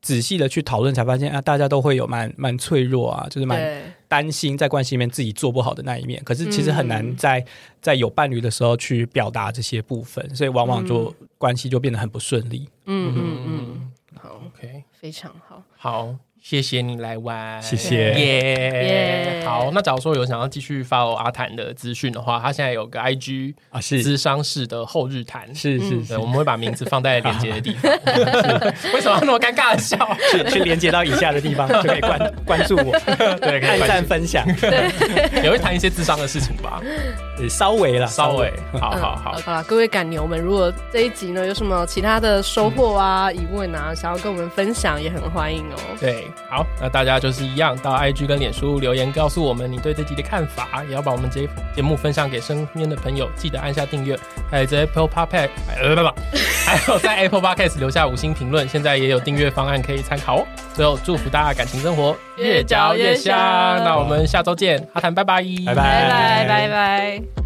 仔细的去讨论才发现啊，大家都会有蛮蛮脆弱啊，就是 <laughs> 蛮
对，
担心在关系里面自己做不好的那一面。可是其实很难在、在有伴侣的时候去表达这些部分，所以往往就、关系就变得很不顺利。
嗯嗯嗯，好，
OK，
非常好。
好，谢谢你来玩，
谢谢
耶、
耶
好，那假如说有想要继续 follow 阿谭的资讯的话，他现在有个 IG
啊，是是
资商室的后日谈。
是是
对，我们会把名字放在连接的地
<laughs>
方。 <laughs> 为什么要那么尴尬的笑？
去去连接到以下的地方就可以关关注我，
对， <laughs> 可
按
以关
赞
注 <laughs>
分享，
也会谈一些智商的事情
<laughs>
吧，
呃稍微啦，
稍微。好好好
嗯，好啦，各位赶牛们，如果这一集呢有什么其他的收获啊、疑问啊，想要跟我们分享，也很欢迎哦。
对，好，那大家就是一样，到 IG 跟脸书留言告诉我们你对这集的看法，也要把我们节节目分享给身边的朋友，记得按下订阅，还有在 Apple Podcast，呃不不不，
<laughs>
还有在 Apple Podcast 留下五星评论，现在也有订阅方案可以参考哦。最后祝福大家感情生活
越嚼越香
那我们下周见，阿谭，拜拜，
拜拜
拜拜拜拜。